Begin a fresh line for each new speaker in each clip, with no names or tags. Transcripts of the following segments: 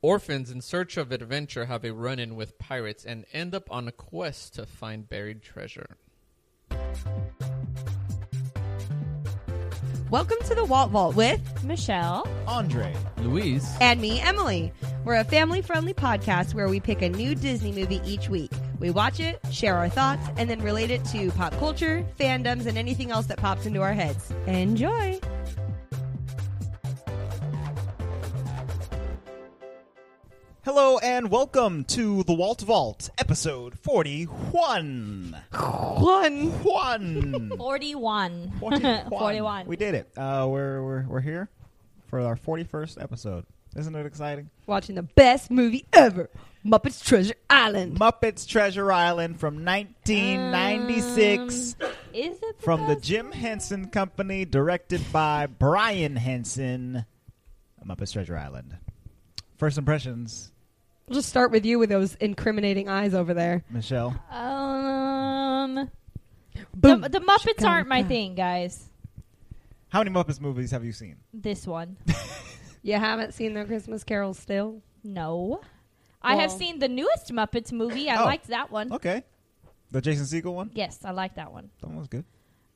Orphans in search of adventure have a run in with pirates and end up on a quest to find buried treasure.
Welcome to the Walt Vault with
Michelle.
Andre.
Louise.
and me, Emily. We're a family friendly podcast where we pick a new Disney movie each week. We watch it, share our thoughts, and then relate it to pop culture, fandoms, and anything else that pops into our heads. Enjoy!
Hello and welcome to the Walt Vault, episode 41.
One!
One.
41. 41.
We did it. Uh, we're, we're, we're here for our 41st episode. Isn't it exciting?
Watching the best movie ever Muppets Treasure Island.
Muppets Treasure Island from 1996
Um, Is it the
from the
best?
Jim Henson Company, directed by Brian Henson. Muppets Treasure Island. First impressions,
We'll just start with you with those incriminating eyes over there.
Michelle.
Um, the,
Boom.
the Muppets aren't my thing, guys.
How many Muppets movies have you seen?
This one.
you haven't seen their Christmas Carol still?
No. I have
Well.
seen the newest Muppets movie. I
Oh.
liked that one.
Okay. The Jason Segel one?
Yes, I like that one.
That one was good.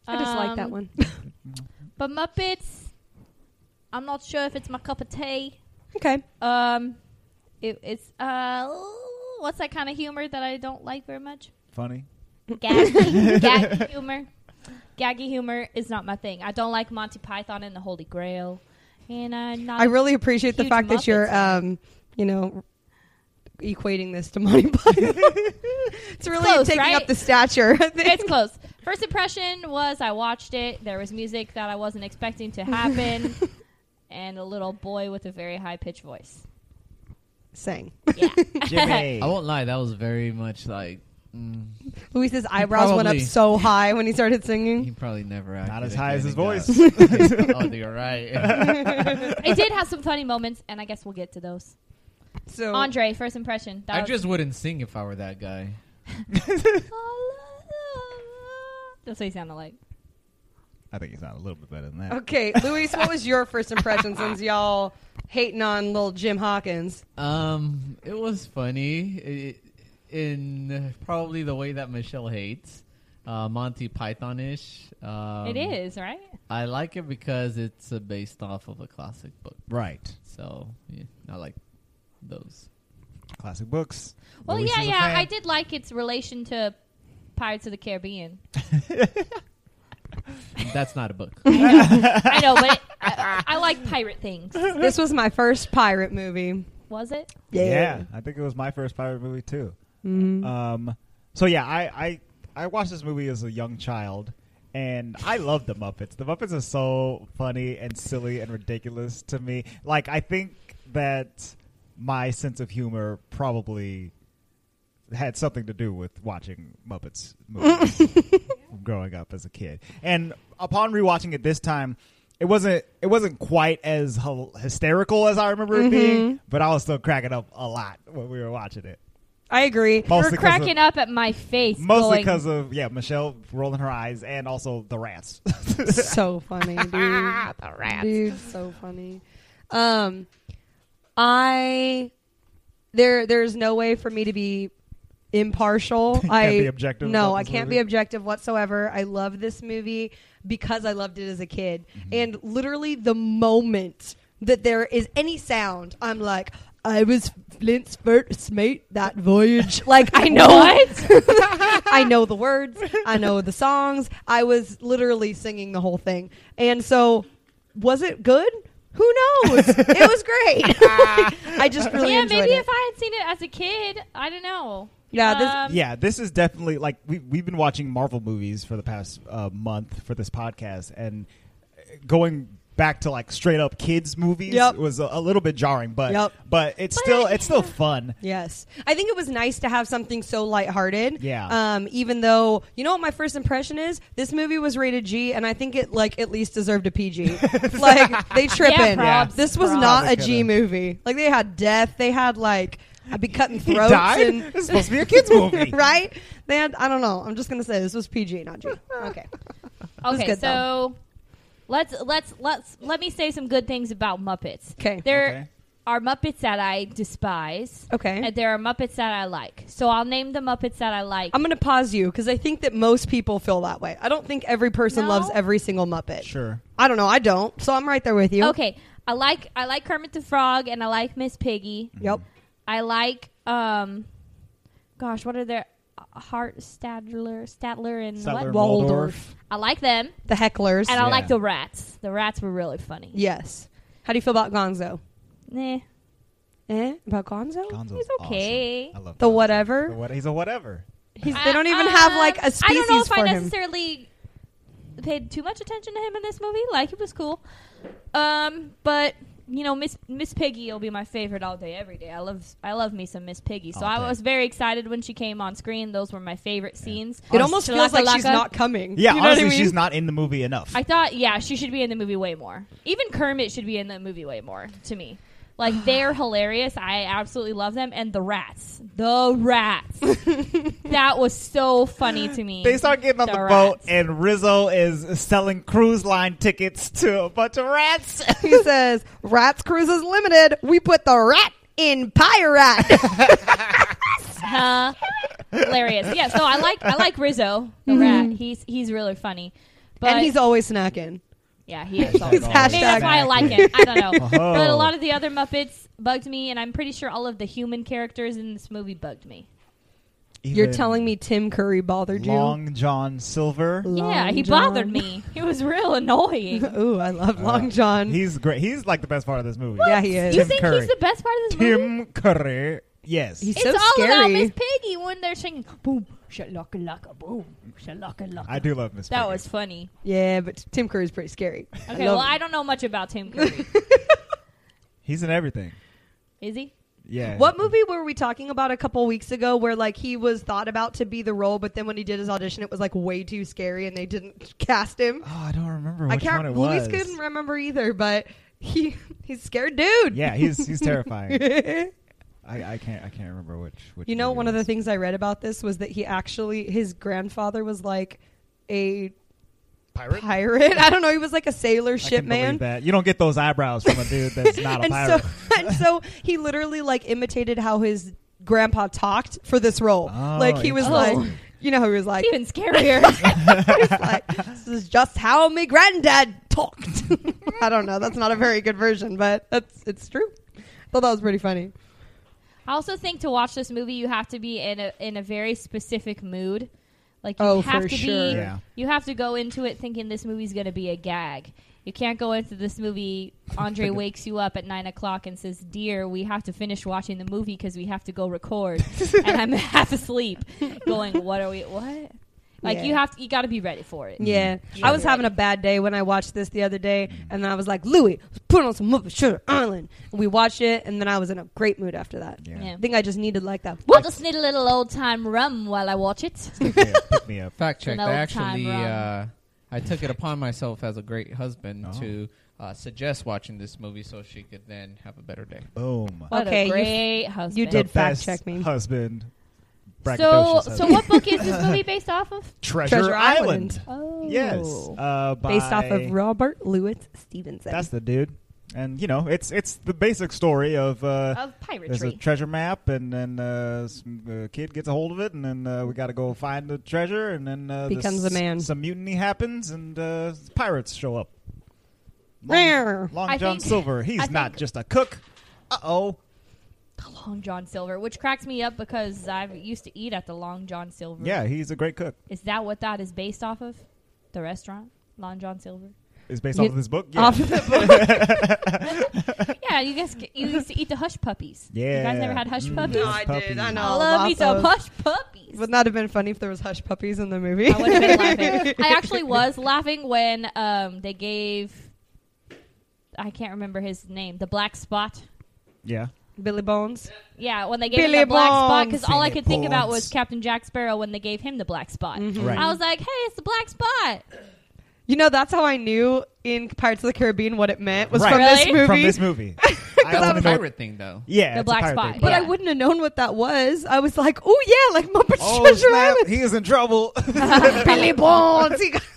I just like that
Um,
one.
But Muppets, I'm not sure if it's my cup of tea.
okay.
Um, it, it's uh, what's that kind of humor that I don't like very much?
Funny.
Gaggy, gaggy humor. Gaggy humor is not my thing. I don't like Monty Python and the Holy Grail, and I'm not.
I really appreciate the
Huge
fact that you're,
Muppets fan.
um, you know, equating this to Monty Python. it's really
Close,
taking
right?
up the stature. I
it's
think.
close. First impression was I watched it. There was music that I wasn't expecting to happen, and a little boy with a very high pitched voice.
Sang.
Yeah,
Jimmy.
I won't lie, that was very much like mm,
Luis's eyebrows went up
Probably.
so high when he started
he
Hmm?
singing.
probably never acted.
Not as
if
high as his
uh,
voice.
anything does. oh, you're right.
it did have some funny moments, and I guess we'll get to those.
So
Andre, first impression. That
I
was-
just wouldn't sing if I were that guy.
That's what he sounded like.
I think he's not a little bit better than that.
Okay, Luis, what was your first impression since y'all hating on little Jim Hawkins?
Um, it was funny it, in probably the way that Michelle hates. Uh, Monty Python ish. Um,
it is right.
I like it because it's uh, based off of a classic book.
Right.
So yeah, I like those.
Classic books.
Well,
Luis
yeah,
is a
yeah.
fan.
I did like its relation to Pirates of the Caribbean.
That's not a book.
I know, but it, I, I like pirate things.
This was my first pirate movie.
Was it?
Yeah. I think it was my first pirate movie too.
Mm-hmm.
Um, so yeah, I, I I watched this movie as a young child, and I love the Muppets. The Muppets are so funny and silly and ridiculous to me. Like I think that my sense of humor probably had something to do with watching Muppets movies growing up as a kid. And upon rewatching it this time, it wasn't it wasn't quite as hy- hysterical as I remember it being, but I was still cracking up a lot when we were watching it.
I agree.
You're
'cause of-
cracking up at my face.
Mostly
going,
because of yeah, Michelle rolling her eyes and also the rats.
so funny, dude. Dude, so funny. Um, I there there's no way for me to be impartial. I
be objective
No,
about
I
this
can't be
movie?
objective whatsoever. I love this movie because I loved it as a kid, and literally the moment that there is any sound, I'm like. I was Flint's first mate that voyage. Like I know
What?
I know the words. I know the songs. I was literally singing the whole thing. And so, was it good? Who knows? it was great. I just really
yeah,
enjoyed
maybe
it.
if I had seen it as a kid, I don't know. Um,
Yeah, this-
yeah, this is definitely like we we've been watching Marvel movies for the past uh, month for this podcast, and uh, going back to like straight up kids movies
Yep.
was a, a little bit jarring, but
Yep.
but it's still it's still fun.
yes, I think it was nice to have something so lighthearted.
Yeah.
Um, even though you know what my first impression is, this movie was rated G, and I think it like at least deserved a PG. like they tripping.
props,
This was
props.
not a
Probably
G
coulda.
movie. Like they had death. They had like I'd be cutting
He
throats.
died.
And,
It's supposed to be a kids movie,
right? They had, I don't know. I'm just gonna say this was PG, not G. Okay.
Okay,
good,
so let's let's let's let me say some good things about Muppets.
Okay.
They're
Okay.
are Muppets that I despise,
Okay.
and there are Muppets that I like. So I'll name the Muppets that I like.
I'm going to pause you because I think that most people feel that way. I don't think every person
No.
loves every single Muppet.
Sure.
I don't know. I don't. So I'm right there with you.
okay, I like I like Kermit the Frog, and I like Miss Piggy.
Yep.
I like um, gosh, what are their uh, Hart Stadler, Statler, and
Statler
what?
and
Waldorf.
Waldorf.
I like them,
The hecklers.
and I
Yeah.
like the rats. The rats were really funny.
yes. How do you feel about Gonzo?
Nah,
Eh? About Gonzo?
Gonzo's
He's okay.
awesome. I love
The
Gonzo.
whatever?
The what? He's a whatever.
He's, they don't even
Um,
have like a species
I don't know if
for
I
him.
necessarily paid too much attention to him in this movie. Like it was cool, um, but you know, Miss Miss Piggy will be my favorite all day, every day. I love I love me some Miss Piggy. So
All
I
day.
was very excited when she came on screen. Those were my favorite scenes.
It almost feels like
Shalaka
she's
Laka.
not coming.
Yeah,
you know
honestly,
what I mean?
she's not in the movie enough.
I thought, yeah, she should be in the movie way more. Even Kermit should be in the movie way more to me. Like they're hilarious. I absolutely love them, and the rats, the rats. that was so funny to me.
they start getting on the,
The
boat,
rats.
and Rizzo is selling cruise line tickets to a bunch of rats.
he says, Rats Cruises Limited, we put the rat in Pirate.
Huh? Uh, hilarious. Yeah, so I like I like Rizzo, the rat. He's he's really funny. But
Mm-hmm. and he's always snacking.
yeah, he is.
always
Maybe that's why I like him. I don't know.
Oh.
But a lot of the other Muppets bugged me, and I'm pretty sure all of the human characters in this movie bugged me.
You're telling me Tim Curry bothered you?
Long John Silver.
Long
yeah, he
John.
bothered me. He was real annoying.
Ooh, I
Uh,
love Long John.
He's great. He's like the best part of this movie.
yeah, he is.
you
Tim
think
Curry.
he's the best part of this movie?
Tim Curry. Yes.
He's
It's
so
all about
scary.
Miss Piggy when they're singing boom, shalaka laka, boom, shalaka laka.
I do love Miss.
That
Piggy.
was funny.
yeah, but Tim Curry's pretty scary.
Okay,
love
well,
him.
I don't know much about Tim Curry.
He's in everything.
Is he?
Yeah.
What movie were we talking about a couple weeks ago where like he was thought about to be the role, but then when he did his audition, it was like way too scary and they didn't cast him?
Oh, I don't remember which
I can't.
one it
Luis
was.
couldn't remember either, but he he's scared dude.
Yeah, he's he's terrifying. I, I can't I can't remember which. which
You know,
movie
one
it
of the
was.
things I read about this was that he actually his grandfather was like a
pirate
pirate. I don't know. He was like a sailor
I
ship
can believe
man.
That you don't get those eyebrows from a dude that's not a
and
pirate.
so and so he literally like imitated how his grandpa talked for this role.
Oh,
like he was
interesting.
like, you know, how he was like,
It's even scarier.
he was like, this is just how my granddad talked. I don't know. That's not a very good version, but that's it's true. I thought that was pretty funny.
I also think to watch this movie, you have to be in a in a very specific mood. Like you
Oh,
have
for
to
sure.
be,
Yeah.
you have to go into it thinking this movie's going to be a gag. You can't go into this movie. Andre wakes you up at nine o'clock and says, "Dear, we have to finish watching the movie because we have to go record." and I'm half asleep, going, "What are we? What?" Like
Yeah.
you have to, you got to be ready for it.
Yeah, Mm. I was having a bad day when I watched this the other day, and then I was like, "Louis, put on some Muppet Sugar Island." And we watched it, and then I was in a great mood after that.
Yeah.
Yeah.
I think I just needed like that.
I just need a little old time rum while I watch it.
Yeah, pick me up.
Fact
An
check.
old
I actually,
time
uh,
rum.
I took it upon myself as a great husband
Oh.
to uh, suggest watching this movie so she could then have a better day.
Boom.
What
Okay,
a
you-
great husband.
The
did fact
best
check me.
Husband.
So,
braggadocious
so
husband.
what book is this movie based off of?
Treasure,
Treasure
Island.
Oh,
Yes. Uh,
Based off
by-
of Robert Louis Stevenson.
That's the dude. And you know, it's it's the basic story of
Oh,
uh,
of
there's a
piratry.
treasure map, and then uh, some uh, kid gets a hold of it, and then uh, we got to go find the treasure, and then uh, the
Becomes
s-
a man.
Some mutiny happens, and uh, pirates show up.
Rare.
Long
I
John
think-
Silver.
I
He's
think-
not just a cook. Uh oh.
Long John Silver, which cracks me up because I used to eat at the Long John Silver.
Yeah, he's a great cook.
Is that what that is based off of? The restaurant? Long John Silver?
Is based
You-
off of this book. Yeah.
Off of the
Yeah, you guys you used to eat the hush puppies. You
Yeah.
guys never had hush
Mm.
puppies?
No, I did. I know
I love me some
Would
hush puppies.
not that have been funny if there was hush puppies in the movie?
I would have been laughing. I actually was laughing when um, they gave I can't remember his name, the black spot.
yeah.
Billy Bones.
Yeah, when they gave
Billy
him the black spot,
Bones.
because all I
Billy Mm-hmm.
could think about
Bones.
was Captain Jack Sparrow when they gave him the black spot.
Right.
I was like, "Hey, it's the black spot."
You know, that's how I knew in Pirates of the Caribbean what it meant was
Right.
from this
Really?
movie.
From this movie. I
That's
only
a
know-
pirate thing, though.
Yeah,
The
it's a
black
pirate
spot,
thing.
but I
Yeah.
wouldn't have known what that was. I was like, oh yeah, like Muppet
Oh
Treasure
snap!
Island.
He is in trouble.
Billy Bones. He got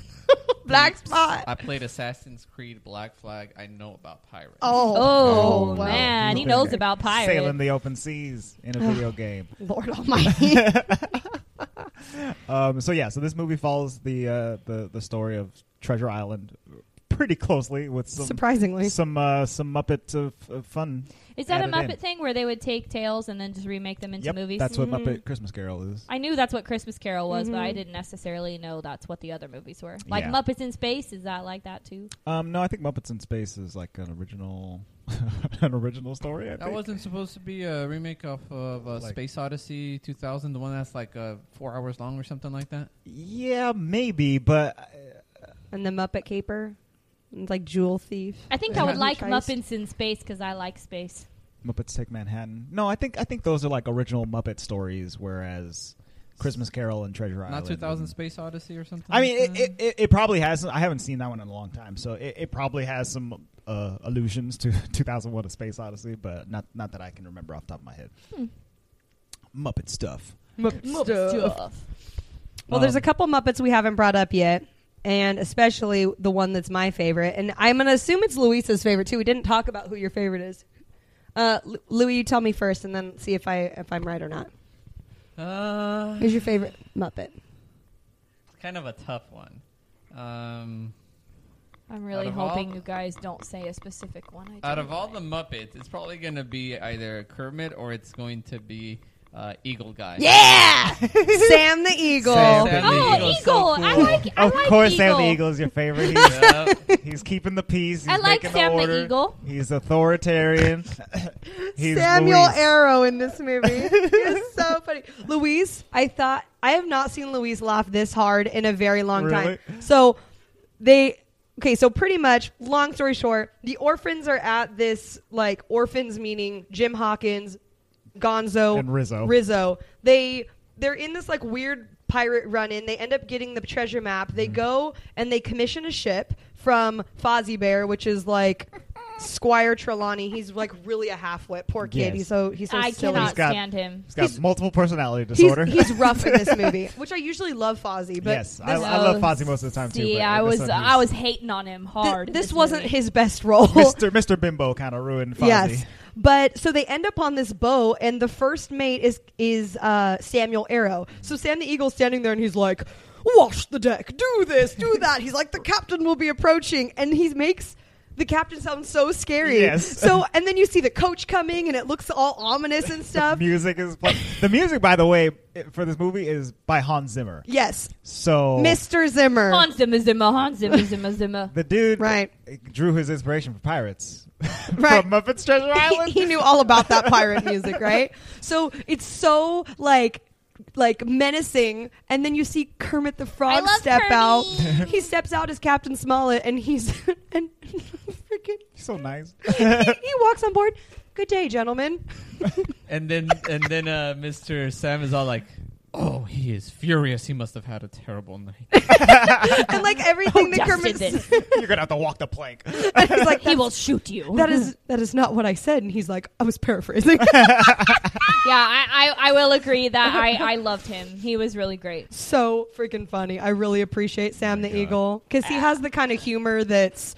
Black
Mm.
Bleeps.
Spot.
I played Assassin's Creed Black Flag. I know about pirates.
Oh,
Oh, wow.
man, he
Okay.
knows about pirates.
Sailing the open seas in a video game.
Lord Almighty.
Um, so yeah, so this movie follows the uh, the the story of Treasure Island pretty closely with some
Surprisingly.
some uh, some Muppet of, of fun.
Is that a
added in.
Muppet thing where they would take tales and then just remake them into
Yep,
movies? Mm-hmm.
that's what
Mhm.
Muppet Christmas Carol is.
I knew that's what Christmas Carol was, but I
Mhm.
didn't necessarily know that's what the other movies were. Like
Yeah.
Muppets in Space, is that like that too?
Um, no, I think Muppets in Space is like an original an original story. I
That
think.
wasn't supposed to be a remake off of uh,
Like-
Space Odyssey 2000, the one that's like uh, four hours long or something like that.
yeah, maybe, but uh,
and the Muppet Caper. It's like Jewel Thief.
I think
Yeah.
I would like
Christ.
Muppets in Space because I like space.
Muppets Take Manhattan. No, I think I think those are like original Muppet stories, whereas Christmas Carol and Treasure Island.
Not 2000
and-
Space Odyssey or something.
I mean,
like
it,
that?
it,
Mm-hmm.
it, it probably has. I haven't seen that one in a long time, so it, it probably has some uh, allusions to 2001: A Space Odyssey, but not not that I can remember off the top of my head.
Hmm.
Muppet stuff.
Well, there's
Um,
a couple Muppets we haven't brought up yet, and especially the one that's my favorite. And I'm going to assume it's Luisa's favorite, too. We didn't talk about who your favorite is. Uh, Lu- Louis, you tell me first, and then see if, I, if I'm right or not.
Uh,
Who's your favorite Muppet?
kind of a tough one. Um,
I'm really
Out of all
hoping
the-
you guys don't say a specific one. I
out
don't
of all
like.
the Muppets, it's probably going to be either Kermit or it's going to be uh, Eagle Guy.
Yeah! Sam the Eagle.
Sam the
Oh,
Eagle's
Eagle!
so
I
cool.
like. I
of
like
course,
Eagle.
Sam the Eagle is your favorite. He's,
Yep.
he's keeping the peace. He's
I like
making
Sam
the,
the
order.
Eagle.
He's authoritarian. he's
Samuel
Luis.
Arrow in this movie. it's so funny. Louise, I thought I have not seen Louise laugh this hard in a very long
Really?
time. So they okay, so pretty much, long story short, the orphans are at this like orphans meaning Jim Hawkins, Gonzo,
And Rizzo.
Rizzo. They they're in this like weird pirate run in. They end up getting the treasure map.
Mm-hmm.
They go and they commission a ship from Fozzie Bear, which is like Squire Trelawney. He's like really a half wit. Poor kid.
Yes.
He's so he's so
I
silly.
cannot
He's got-
stand him.
He's got multiple personality
He's,
disorder.
he's rough in this movie, which I usually love Fozzie, but
yes, I,
this,
I love Fozzie most of the time too.
uh, See,
but
I
this
was
one
I
he's-
was hating on him
thi-
hard. in
this wasn't
movie.
his best role.
Mr. Mr. Bimbo kind of ruined Fozzie.
Yes. But so they end up on this boat, and the first mate is is uh, Samuel Arrow. So Sam the Eagle's standing there, and he's like, "Wash the deck, do this, do that." He's like, "The captain will be approaching," and he makes the captain sound so scary.
Yes.
So and then you see the coach coming, and it looks all ominous and stuff.
music is play- the music, by the way, i- for this movie is by Hans Zimmer.
yes,
So
Mr. Zimmer.
Hans Zimmer, Zimmer, Hans Zimmer, Zimmer, Zimmer.
the dude
Right.
drew his inspiration from pirates
Right.
from Muppets Treasure Island.
he knew all about that pirate music, right? So it's so like like menacing and then you see Kermit the
I
Frog
love
step
Kermit.
out. He steps out as Captain Smollett and he's and freaking
He's so nice.
he, he walks on board. Good day, gentlemen.
And then and then uh, Mr. Sam is all like, "Oh, he is furious. He must have had a terrible night."
And like everything
Who
that
Oh, just
Kermit
did
says,
this?
You're gonna have to walk the plank.
and he's like
He
"That's-
will shoot you.
that is that is not what I said and he's like I was paraphrasing.
yeah, I, I, I will agree that I, I loved him. He was really great.
so freaking funny. I really appreciate Sam the
God.
Eagle cuz he has the kind of humor that's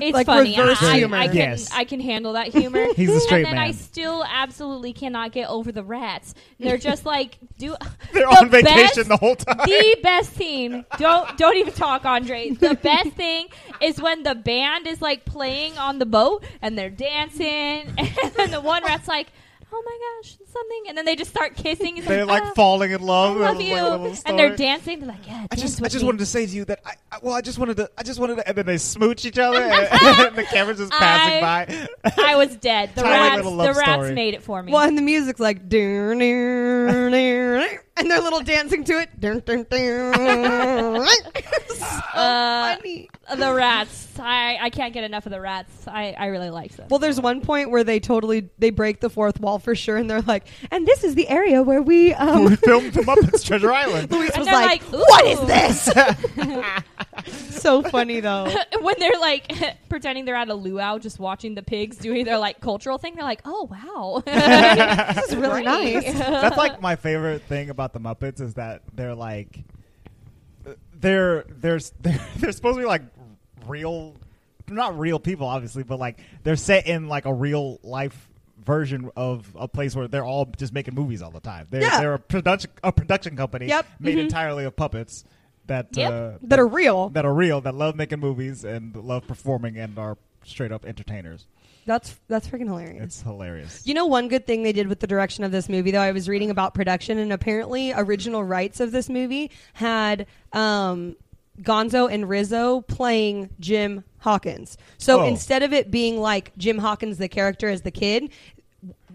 It's
Like
funny. I-
reverse
I,
humor.
I, can,
Yes.
I can handle that humor.
He's a straight
And then I
man.
still absolutely cannot get over the rats. They're just like do.
They're
the
on vacation
best-
the whole time.
The best team. Don't don't even talk, Andre. The best thing is when the band is like playing on the boat and they're dancing, and then the one rat's like, "Oh my gosh, something," and then they just start kissing. He's
They're like
"Ah,
falling in love.
I love
Little-
you,
little story.
and they're dancing. They're like, "Yeah."
I
dance
just, I
with
just
me."
wanted to say to you that I, I well, I just wanted to, I just wanted to, and then they smooch each other, and, and the camera's just passing
I-
by.
I was dead. The
Tiny
rats,
little love
the rats
story.
made it for me.
Well, and the music's like, "Doo, doo, doo, doo," and they're little dancing to it. Doo, doo, doo. so
Uh,
funny.
The rats. I, I can't get enough of the rats. I, I really like them.
Well, there's one point where they totally they break the fourth wall for sure, and they're like, "And this is the area where we."
we
Um,
filmed the Muppets Treasure Island.
Luis
And
was
they're
like,
like, "Ooh."
"What is this?" so funny though.
when they're like pretending they're at a luau, just watching the pigs doing their like cultural thing, they're like, "Oh wow, this
is really nice.
That's like my favorite thing about the Muppets is that they're like they're there's they're, they're supposed to be like real, not real people, obviously, but like they're set in like a real life version of a place where they're all just making movies all the time. They're,
Yeah.
they're a production a production company
Yep. Mm-hmm.
made entirely of puppets that
Yep.
uh,
that are real.
that are real that love making movies and love performing and are straight up entertainers.
That's that's freaking hilarious.
It's hilarious.
You know, one good thing they did with the direction of this movie, though, I was reading about production, and apparently, original rights of this movie had um, Gonzo and Rizzo playing Jim Hawkins. So
Oh.
instead of it being like Jim Hawkins, the character as the kid,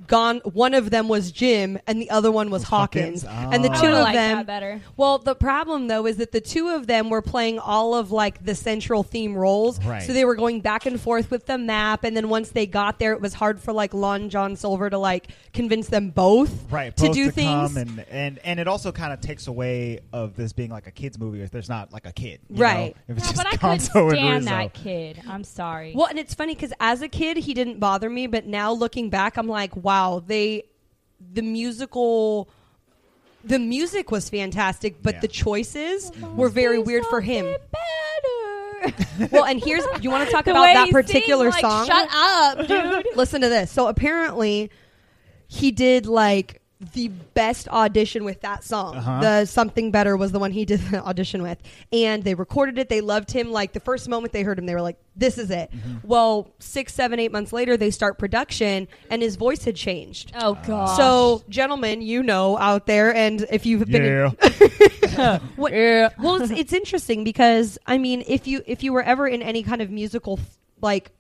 gone one of them was Jim and the other one was, Hawkins,
Hawkins?
and the
Oh.
two
I
of
would like
them
that better.
well, the problem though is that the two of them were playing all of like the central theme roles.
Right.
So they were going back and forth with the map, and then once they got there, it was hard for like Lon John Silver to like convince them both
right
to
both
do
come
things.
and, and and it also kind of takes away of this being like a kids movie if there's not like a kid you
Right.
know? if it's
No,
just
but I couldn't
Gonzo and
stand
Rizzo.
that kid. I'm sorry.
well, and it's funny because as a kid, he didn't bother me, but now looking back, I'm like, wow, they the musical. The music was fantastic, but
Yeah.
the choices were very
Do
weird for him.
something Better.
Well, and here's you want to talk
The
about
way
that
he
particular
sings, like,
song?
Shut up, dude.
Listen to this. So apparently, he did like the best audition with that song.
Uh-huh.
The Something Better was the one he did the audition with. And they recorded it. They loved him. Like the first moment they heard him, they were like, this is it.
Mm-hmm.
Well, six, seven, eight months later, they start production and his voice had changed.
Oh god.
So, gentlemen, you know out there, and if you've been
yeah
what, well, it's, it's interesting because I mean, if you if you were ever in any kind of musical like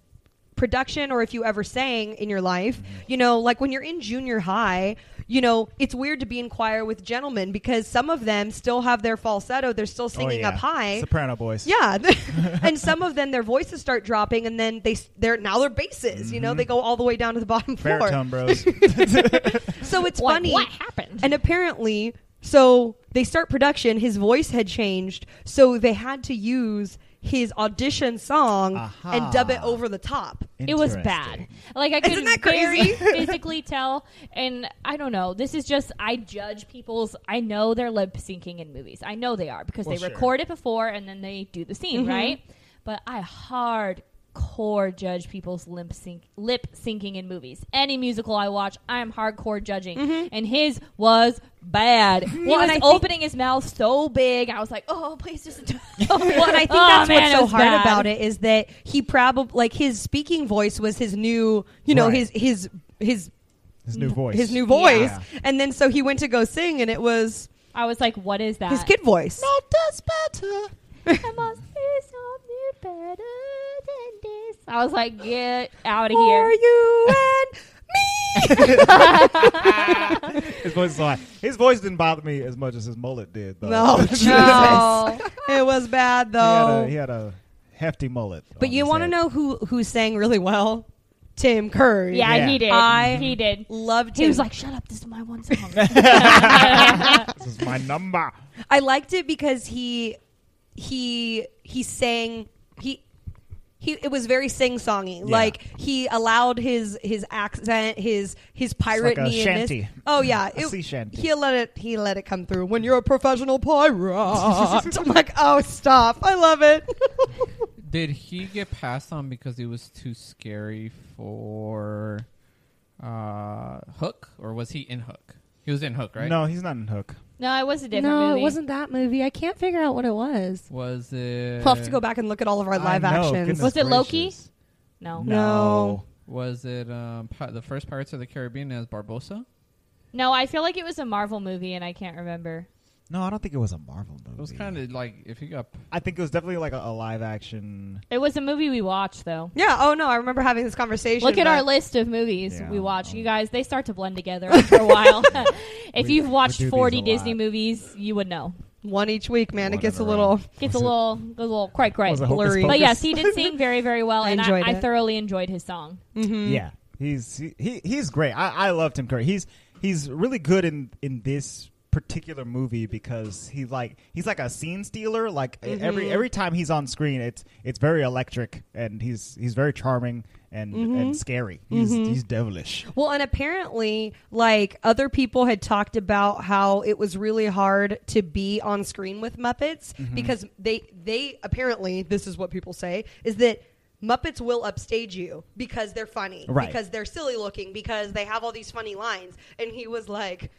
production, or if you ever sang in your life,
Mm-hmm.
you know, like when you're in junior high, you know, it's weird to be in choir with gentlemen because some of them still have their falsetto; they're still
Oh,
singing
yeah.
up high.
soprano boys
yeah, and some of them their voices start dropping, and then they s- they're now they're basses. You know, they go all the way down to the bottom floor.
Mm-hmm. baritone bros
So it's
Like,
funny.
What happened?
And apparently, so they start production. His voice had changed, so they had to use his audition song
Aha.
and dub it over the top.
it was
Interesting.
bad. Like I
Isn't
could
that crazy?
very physically tell, and I don't know. This is just I judge people's. I know they're lip syncing in movies. I know they are because
Well,
they
sure.
record it before and then they do the
Mm-hmm.
scene, right? But I hardcore judge people's lip sync lip syncing in movies. Any musical I watch, I'm hardcore judging, and his was bad. he
Well,
was
Mm-hmm. and I think-
opening his mouth so big, I was like, "Oh, please just." Oh, well,
Well, and I think that's what's so hard about Oh, it is that he probably like his speaking voice was his new, you know,
Right.
his his his
his new voice
his new voice,
Yeah.
and then so he went to go sing, and it was
I was like, "What is that?"
his kid voice.
I must be something better than this. I was like, get out of here.
For you and
his voice is so high. his voice didn't bother me as much as his mullet did though
No,
he,
Oh, Jesus.
No.
it was bad
had
though.
a, he had a hefty mullet
But you want
want
to know who who sang really well? Tim Curry.
Yeah,
Yeah.
he did.
I-
he did.
loved him.
He was like, shut up, this is my one song.
this is my number
I liked it because he he he sang he. He, it was very sing-songy. Like he allowed his his accent, his his pirate
like a
In
shanty.
this. Oh yeah,
A sea shanty.
He let it he let it come through. When you're a professional pirate, I'm like, oh stop! I love it.
Did he get passed on because he was too scary for uh, Hook, or was he in Hook? He was in Hook, right?
no he's not in hook
no, it was a different
No,
movie.
it wasn't that movie. I can't figure out what it was.
Was it?
we'll have to go back and look at all of our live
I know,
actions.
goodness
Was it Loki?
gracious.
No. no.
no
No.
Was it um, pi- the first Pirates of the Caribbean as Barbosa?
I feel like it was a Marvel movie and I can't remember.
no i don't think it was a marvel movie
It was kind of like if he got
I think it was definitely like a, a live action.
It was a movie we watched, though.
Yeah. Oh no, I remember having this conversation.
Look at
but-
our list of movies
Yeah.
we watch. You guys, they start to blend together after a while. if
We-
you've
we
watched
do these a
40 Disney
lot.
movies, you would know.
one each week, man.
One
It gets a
in a
little.
row.
Gets
Was
a
it-
little, a little cray cray.
Was it Hocus
blurry.
Pocus?
But yes, he did sing very, very well,
I
and I,
enjoyed
I
it.
thoroughly enjoyed his song.
mm-hmm.
Yeah, he's he, he he's great. I, I love Tim Curry. He's he's really good in in this particular movie because he's like he's like a scene stealer. Like e,
Mm-hmm.
every every time he's on screen, it's it's very electric and he's he's very charming and
Mm-hmm.
and scary. He's he's devilish.
Well, and apparently, like other people had talked about how it was really hard to be on screen with Muppets
Mm-hmm.
because they they apparently this is what people say is that Muppets will upstage you because they're funny,
Right.
because they're silly looking, because they have all these funny lines. And he was like.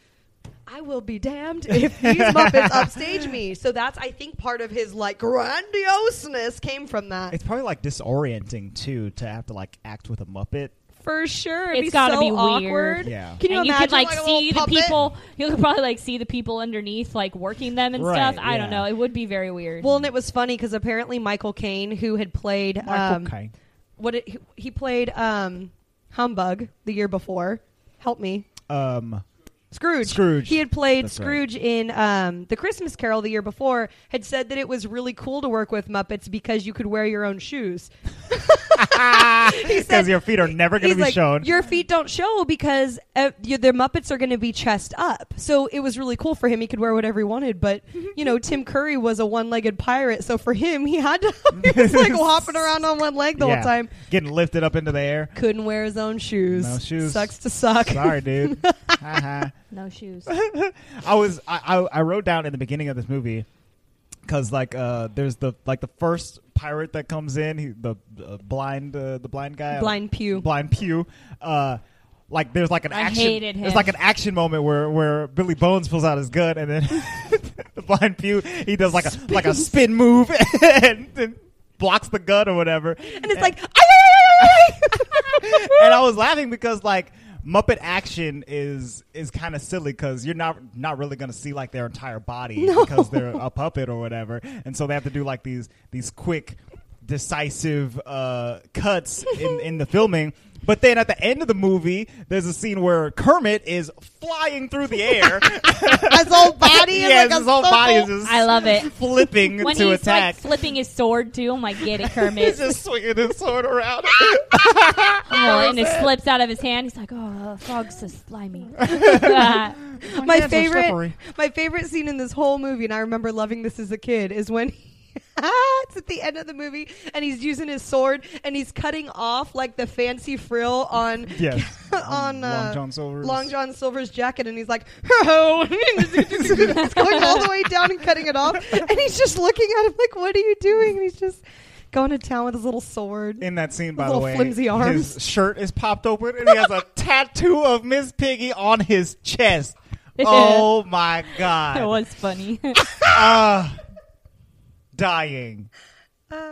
I will be damned if these Muppets upstage me. So that's, I think, part of his like grandioseness came from that.
It's probably like disorienting too to have to like act with a Muppet.
For sure,
It's
it'd be
gotta
so
be weird.
awkward.
Yeah.
Can you
and you
imagine
could like,
a little
see the
puppet?
people. You could probably like see the people underneath, like working them and
Right,
stuff. I don't
yeah.
know. It would be very weird.
Well, and it was funny because apparently Michael Caine, who had played
Michael
um,
Caine.
what it, he- he played um, Humbug the year before. Help me,
Um,
Scrooge.
Scrooge.
He had played
That's right.
Scrooge in um, the Christmas Carol the year before. Had said that it was really cool to work with Muppets because you could wear your own shoes. he
because
said.
your feet are never going
He's
to be
like,
shown.
your feet don't show because uh, you, their Muppets are going to be chest up. So it was really cool for him. He could wear whatever he wanted. But, you know, Tim Curry was a one legged pirate. So for him, he had to, he was like hopping around on one leg the
Yeah.
whole time.
Getting lifted up into the air.
Couldn't wear his own shoes.
No shoes.
Sucks to suck.
Sorry, dude. Haha.
no shoes.
I was I, I I wrote down in the beginning of this movie because like uh there's the like the first pirate that comes in he, the uh, blind uh, the blind guy
Blind Pew.
blind pew uh like there's like an
I
action
hated
there's
him.
like an action moment where where Billy Bones pulls out his gun and then the blind pew he does like a like a spin move and, and blocks the gun or whatever
And it's like, "Ay, ay, ay, ay, ay."
and I was laughing because like Muppet action is is kind of silly because you're not not really gonna see like their entire body because they're a puppet or whatever, and so they have to do like these these quick, decisive uh, cuts in in the filming. But then at the end of the movie, there's a scene where Kermit is flying through the air.
his whole body is
yes,
like a
his whole
circle.
body is just
I love it.
flipping
When
to
he's
attack.
like flipping his sword too, I'm like, get it, Kermit.
He's just swinging his sword around.
oh, and it slips out of his hand. He's like, oh, uh, frog's so slimy. That's
my
hands are
favorite
slippery.
my favorite scene in this whole movie and i remember loving this as a kid is when it's at the end of the movie and he's using his sword and he's cutting off like the fancy frill on
yes,
on uh,
Long John Silver's-
Long John Silver's jacket and he's like ho he's going all the way down and cutting it off and he's just looking at him like what are you doing and he's just going to town with his little sword
in that scene, by the
little
way,
flimsy arms.
his shirt is popped open and he has a tattoo of Miss Piggy on his chest. Oh my god!
That was funny.
Ah, dying.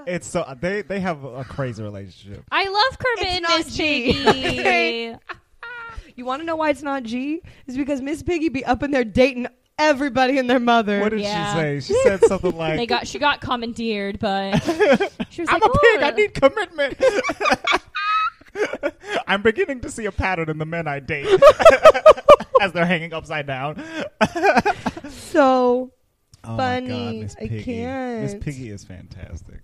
It's so they they have a crazy relationship.
I love Kermit
It's
and
not
Miss
G.
Piggy.
Okay. you want to know why it's not G is because Miss Piggy be up in there dating everybody and their mother
What did
Yeah.
she say? She said something like,
They got she got commandeered, but she was
"I'm
like,
a pig. I
"Oh."
need commitment." I'm beginning to see a pattern in the men I date as they're hanging upside down.
so
Oh
Funny.
my god, Miss
I
Piggy. Miss
can't.
Piggy is fantastic.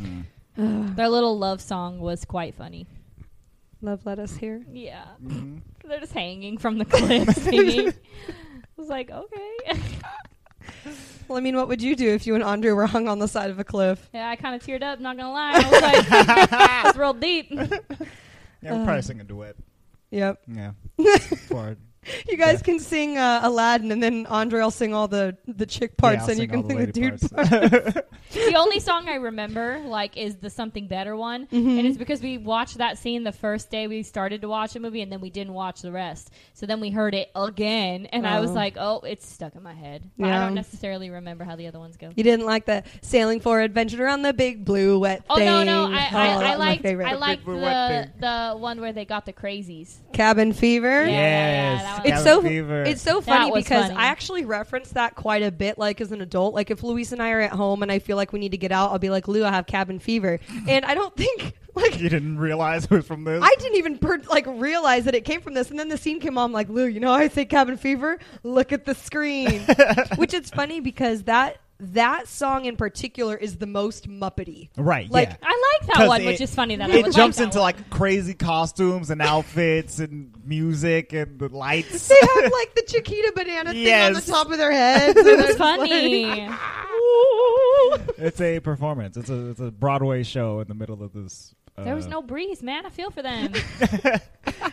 Mm-hmm.
Their little love song was quite funny.
love let us hear
Yeah,
Mhm.
they're just hanging from the cliff singing. I was like, okay.
well I mean what would you do if you and Andre were hung on the side of a cliff
yeah, I kind of teared up. Not gonna lie, I was like, it's real deep.
Yeah,
Uh,
we'll probably sing a duet.
yep
Yeah. For it.
you guys can sing uh, Aladdin and then Andre will sing all the the chick parts
Yeah, I'll
and you
all
can sing the
lady
dude parts.
parts.
the only song I remember like is the something better one,
Mm-hmm.
and it's because we watched that scene the first day we started to watch the movie, and then we didn't watch the rest. So then we heard it again, and I was
Oh.
like, oh, it's stuck in my head. But I
Yeah.
don't necessarily remember how the other ones go.
You didn't like the sailing for adventure on the big blue wet
Oh
thing.
no no! I I,
Oh,
I
my
liked
favorite.
I liked
Big Blue Wet
the the one where they got the crazies.
cabin fever.
Yeah, yeah, yeah, that one.
It's
Cabin
so
fever.
it's so funny
was
because
funny.
I actually reference that quite a bit. Like as an adult, like if Luis and I are at home and I feel like we need to get out, I'll be like, "Lou, I have cabin fever," and I don't think like
you didn't realize it was from this.
I didn't even per- like realize that it came from this. And then the scene came on, I'm like, "Lou, you know how I say cabin fever? Look at the screen," which it's funny because that that song in particular is the most Muppety.
Right.
Like,
yeah.
I like
'Cause
that one,
it-
which is funny that I
it
would
jumps
like that
into
one.
like crazy costumes and outfits and music and the lights.
They have like the Chiquita banana thing on the
Yes.
top of their heads. and
It's
it's like-
funny.
it's a performance. It's a it's a Broadway show in the middle of this. Uh,
there was no breeze, man. I feel for them.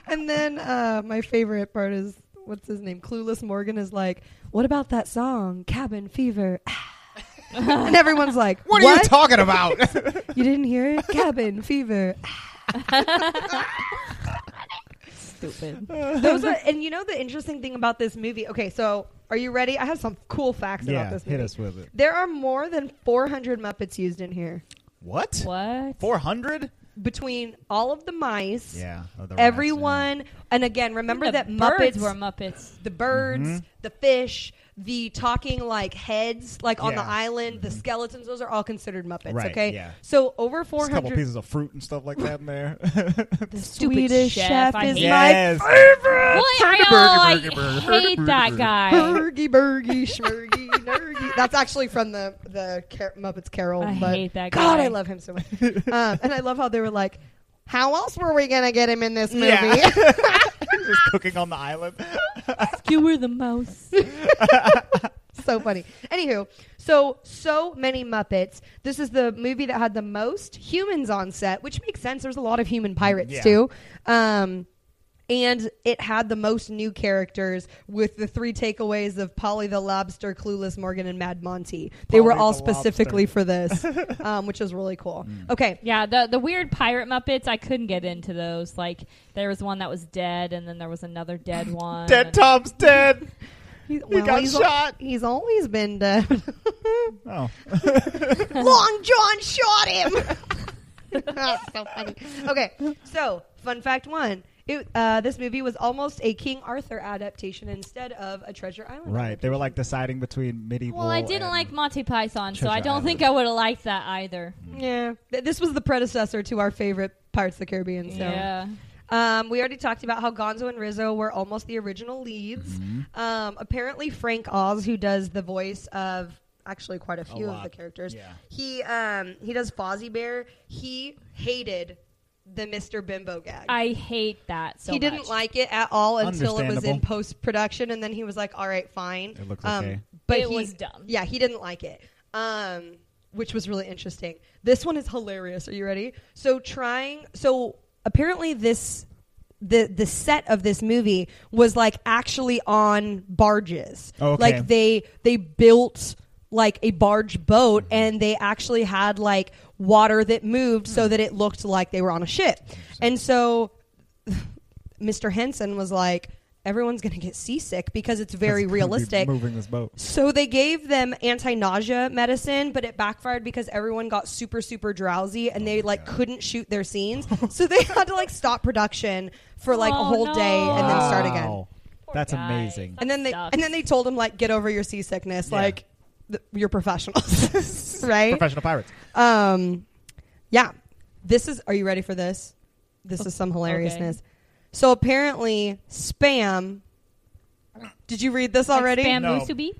And then uh, my favorite part is what's his name? Clueless Morgan is like, "What about that song, Cabin Fever?" and everyone's like,
What
"What?
are you talking about?
You didn't hear it? Cabin Fever."
Stupid.
Those are, and you know the interesting thing about this movie. Okay, so are you ready? I have some cool facts
yeah,
about this movie.
hit us with it.
There are more than 400 Muppets used in here
What?
What?
Four hundred?
between all of the mice,
Yeah. oh, the rats, yeah.
everyone, and again, remember
the
that
birds
Muppets
were Muppets.
the birds,
Mhm.
the fish, the talking like heads, like on the
Yeah. Mm-hmm.
island, the skeletons, those are all considered Muppets,
Right,
okay?
yeah.
So over
Just a couple
400.
pieces of fruit and stuff like that in there.
The stupid
Swedish chef
I
is
hate
my
yes.
Well, I, know, I hate that guy.
Burgy, burgy, schmurgy, nergy. That's actually from the the Car- Muppets Carol.
I
but
hate that
Oh God,
guy.
I love him so much. um, and I love how they were like, "How else were we gonna get him in this movie?"
Yeah. Just cooking on the island.
Skewer the mouse.
so funny. Anywho, so so many Muppets. This is the movie that had the most humans on set, which makes sense. There's a lot of human pirates
Yeah.
too. Um and it had the most new characters with the three takeaways of Polly the Lobster, Clueless Morgan, and Mad Monty. They were
Polly
all
the Lobster.
specifically for this, um, which is really cool. Okay,
Yeah, the the weird pirate Muppets, I couldn't get into those. Like there was one that was dead, and then there was another dead one.
Dead
and-
Tom's dead.
he's,
He got
he's
shot.
he's always been dead.
Oh.
Long John shot him. That's so funny. Okay, so fun fact one: it, uh, this movie was almost a King Arthur adaptation instead of a Treasure Island.
Right. They were like deciding between medieval.
Well, I didn't
and-
like Monty Python, so
Treasure
I don't
Island.
think I would have liked that either.
Yeah, Th- this was the predecessor to our favorite Pirates of the Caribbean. So.
Yeah.
Um, we already talked about how Gonzo and Rizzo were almost the original leads.
Mm-hmm.
Um, apparently, Frank Oz, who does the voice of actually quite a few of
lot,
the characters,
yeah.
he um, he does Fozzie Bear. He hated the Mr. Bimbo gag.
I hate that so
he didn't
much.
like it at all until it was in
Understandable.
post production, and then he was like, "All right, fine."
It looks
um,
okay.
But
It
he-
was dumb.
Yeah, he didn't like it, um, which was really interesting. This one is hilarious. Are you ready? So trying. So apparently this. The, the set of this movie was like actually on barges
Oh, Okay.
like they they built like a barge boat
Mm-hmm.
and they actually had like water that moved
Mm.
so that it looked like they were on a ship and so Mr. Henson was like, everyone's going to get seasick because it's very
It's gonna be
realistic.
Moving this boat.
So they gave them anti-nausea medicine, but it backfired because everyone got super super drowsy and they like couldn't shoot their scenes. so they had to like stop production for like a
Oh,
whole
no.
day and then start again.
Wow. That's
guy.
amazing.
And then they
Sucks.
and then they told him like get over your seasickness,
Yeah.
like th- you're professionals, right?
Professional pirates.
Um, yeah. This is. Are you ready for this? This is some hilariousness. So apparently, spam. Did you read this already?
Like Spam
No.
Musubi?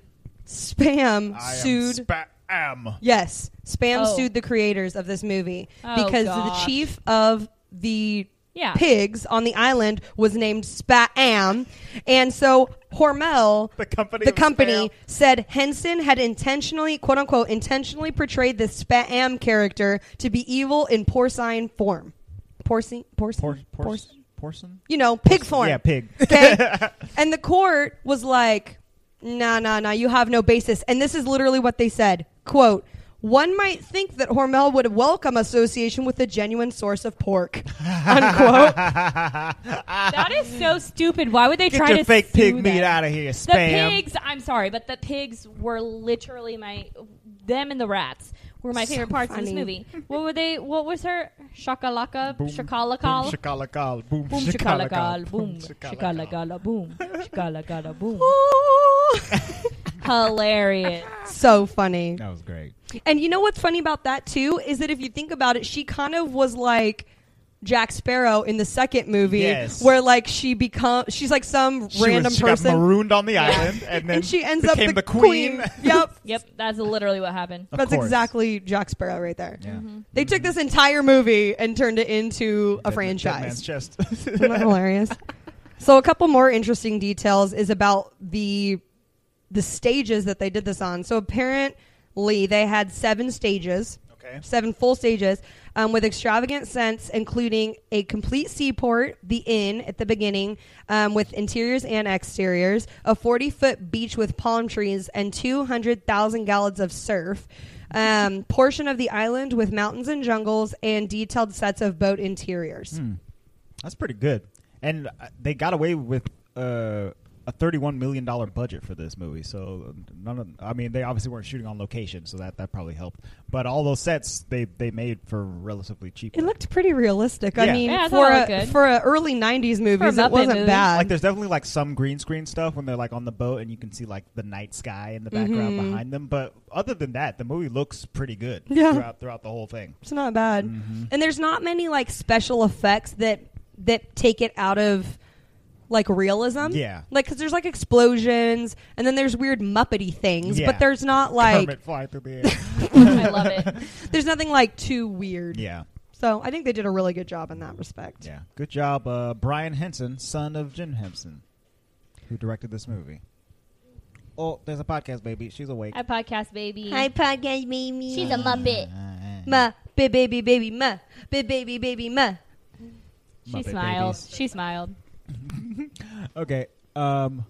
Spam, sued.
Spam.
yes, spam
Oh.
sued the creators of this movie
Oh,
because
gosh.
the chief of the
Yeah.
pigs on the island was named Spam, and so Hormel
The company.
the
of
company
spam.
said Henson had intentionally, quote unquote, intentionally portrayed the Spam character to be evil in porcine form. Porcine? Porcine?
Por- por-
porcine?
porcelain?
You know, pig form.
Yeah, pig.
Okay? and the court was like, nah, nah, nah, you have no basis. And this is literally what they said. Quote, one might think that Hormel would welcome association with a genuine source of pork. Unquote.
That is so stupid. Why would they
Get
try
your
to
fake
sue
pig
them?
meat out of here,
The
spam.
pigs, I'm sorry, but the pigs were literally my them and the rats were my
So
favorite parts of this
funny.
movie. What were they? What was her shakalaka,
Boom,
shakalakal,
Shakalakal. Boom.
boom, shakalakal,
shakalakal,
boom, shakalakala, boom, shakalakala, boom. Hilarious.
so funny.
That was great.
And you know what's funny about that too is that if you think about it, she kind of was like Jack Sparrow in the second movie,
Yes.
where like she becomes she's like some
She was-
random
she
person,
got marooned on the island, and then
and she ends up
became
the,
the queen.
yep,
Yep, that's literally what happened.
Of
that's
course.
exactly Mm-hmm. Jack Sparrow right there.
Yeah.
They took this entire movie and turned it into a
Dead- Dead man's
franchise.
chest.
Isn't that hilarious? So a couple more interesting details is about the the stages that they did this on. So apparently they had seven stages,
okay.
seven full stages, um, with extravagant scents, including a complete seaport, the inn at the beginning, um, with interiors and exteriors, a forty foot beach with palm trees, and two hundred thousand gallons of surf. Um, portion of the island with mountains and jungles and detailed sets of boat interiors.
Hmm. That's pretty good. And uh, they got away with uh, a thirty-one million dollar budget for this movie. So none of, I mean, they obviously weren't shooting on location, so that that probably helped. But all those sets they they made for relatively cheap.
It looked pretty realistic. I
Yeah.
mean,
Yeah, I thought
for
it looked
a
good.
for a early '90s movies, it
Muppet
wasn't
movie.
bad.
like there's definitely like some green screen stuff when they're like on the boat and you can see like the night sky in the background
Mhm.
behind them. But other than that, the movie looks pretty good
Yeah.
throughout throughout the whole thing.
it's not bad,
Mm-hmm.
and there's not many like special effects that that take it out of like realism.
Yeah.
like because there's like explosions, and then there's weird Muppety things,
Yeah.
but there's not like
Kermit flying through the air.
I love it.
there's nothing like too weird.
yeah,
So I think they did a really good job in that respect.
yeah. Good job, uh, Brian Henson, son of Jim Henson, who directed this movie. Oh, there's a podcast, baby. She's awake.
Hi, podcast baby.
podcast baby.
She's a Muppet.
ma ba- baby baby ma ba- baby baby ma.
She
Muppet
smiled.
babies.
She smiled.
Okay. Um,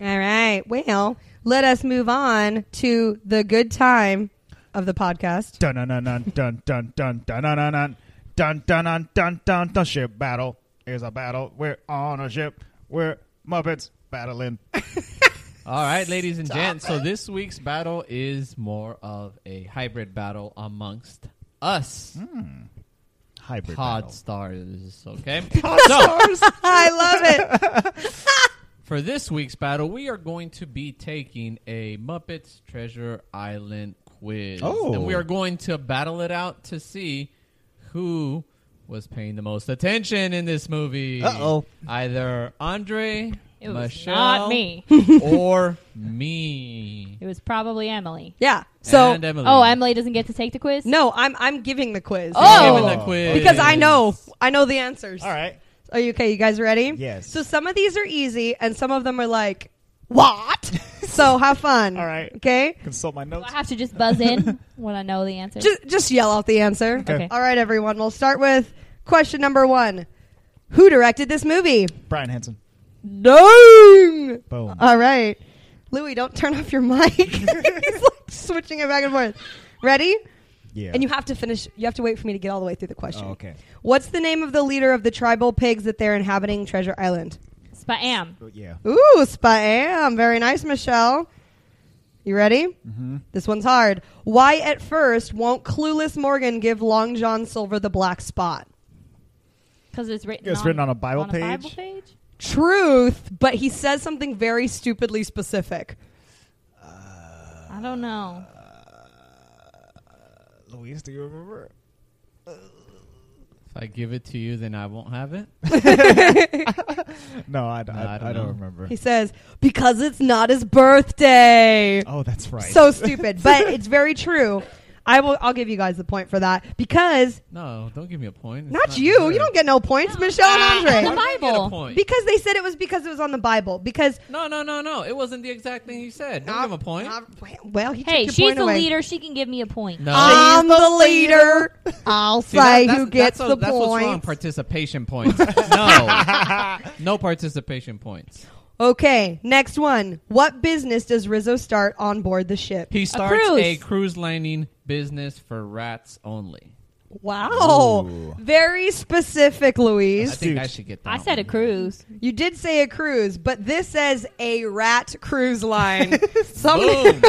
All right. Well, let us move on to the good time of the podcast.
dun dun dun dun dun dun dun dun dun dun dun dun dun dun dun dun dun ship battle is a battle. We're on a ship. We're Muppets battling.
All right, ladies and gents. So this week's battle is more of a hybrid battle amongst us
Hybrid
pod
battle.
stars. Okay. so
I love it.
for this week's battle, we are going to be taking a Muppets Treasure Island quiz,
Oh.
and we are going to battle it out to see who was paying the most attention in this movie.
Uh-oh.
Either Andre,
It was
Michelle,
not me.
or me.
It was probably Emily.
Yeah. So
uh,
and Emily.
Oh, Emily doesn't get to take the quiz.
no, I'm I'm giving the quiz.
Oh.
Give it the quiz.
Because I know, I know the answers.
All right.
Are you okay? You guys ready?
Yes.
So some of these are easy, and some of them are like, what? so have fun.
All right.
Okay.
Consult my
Do I
notes.
have to just buzz in when I know the answer?
Just just yell out the answer.
Okay.
All right, everyone. We'll start with question number one. Who directed this movie?
Brian Henson.
Dang.
Boom.
All right. Louis, don't turn off your mic. He's like switching it back and forth. Ready?
yeah.
And you have to finish. You have to wait for me to get all the way through the question.
Oh, okay.
What's the name of the leader of the tribal pigs that they're inhabiting Treasure Island?
Spam.
But yeah.
Ooh, Spam. Very nice, Michelle. You ready?
Mm-hmm.
This one's hard. Why at first won't clueless Morgan give Long John Silver the black spot?
Because it's written.
It's
on,
written on a Bible
a Bible
page.
page?
Truth, but he says something very stupidly specific.
Uh,
I don't know.
Luis, uh, do you remember?
If I give it to you, then I won't have it.
No,
I
I, I, I,
don't
don't,
know.
remember.
He says, because it's not his birthday.
oh, that's right.
So stupid, but it's very true. I will. I'll give you guys the point for that because
No, don't give me a point. It's
not, you.
fair.
You don't get no points, Michelle and
Why
Andre.
do I get a
Bible.
Ah, point?
Because they said it was because it was on the Bible. Because
no, no, no, no. It wasn't the exact thing you said. Don't give a point.
Uh, well, he took
Hey,
your
she's
point
the
away.
leader. She can give me a point.
no.
I'm the leader. I'll
See, that-
say
that's-
who gets
that's
the
what- that's What's wrong.
point.
Participation points. no, no participation points.
Okay, next one. What business does Rizzo start on board the ship?
He starts a
cruise.
cruise, lining business for rats only.
Wow,
Ooh.
very specific,
I
Louise.
think I
Dude.
should get that.
I said a
one.
cruise.
You did say a cruise, but this says a rat cruise line. so I'm gonna
Boom.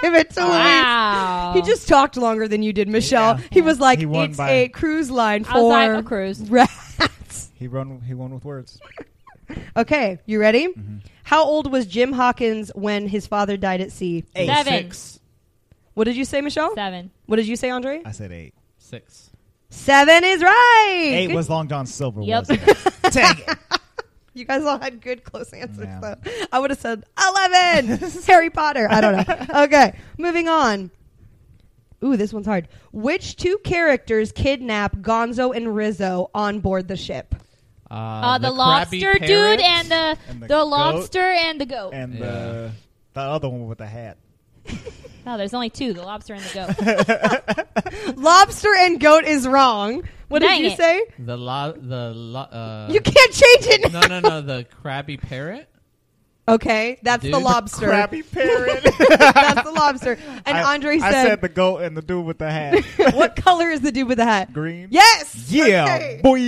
give it to Louise.
Wow.
He just talked longer than you did, Michelle.
Yeah.
He was like,
He won
"It's
by-
a cruise line
I was like,
for
a cruise.
rats."
he run. He won with words.
Okay, you ready?
Mm-hmm.
How old was Jim Hawkins when his father died at sea?
Oh,
Seven.
Six.
What did you say, Michelle?
Seven.
What did you say, Andre?
I said eight.
Six.
Seven is right.
Eight
Good-
was Long John Silver.
Yep.
wasn't it? Dang it.
you guys all had good close answers,
Yeah.
though. I would have said 11. Harry Potter. I don't know. Okay, moving on. Ooh, this one's hard. Which two characters kidnap Gonzo and Rizzo on board the ship?
Uh,
Uh, the,
Krabby
lobster
Parrot.
dude and the,
And the
the,
goat.
lobster and the goat.
And
Yeah.
the, the other one with the hat.
no, there's only two: the lobster and the goat.
Lobster and goat is wrong. What
Dang
did you
it.
say?
the lo- the lo- uh,
you can't change it.
no
Now.
no no the crabby parrot.
Okay, that's
Dude,
the
the
lobster.
Krabby parrot.
that's the lobster. And
I-
Andre
I
said,
said the goat and the dude with the hat.
"What color is the dude with the hat?"
Green.
Yes.
Yeah,
Okay.
boy.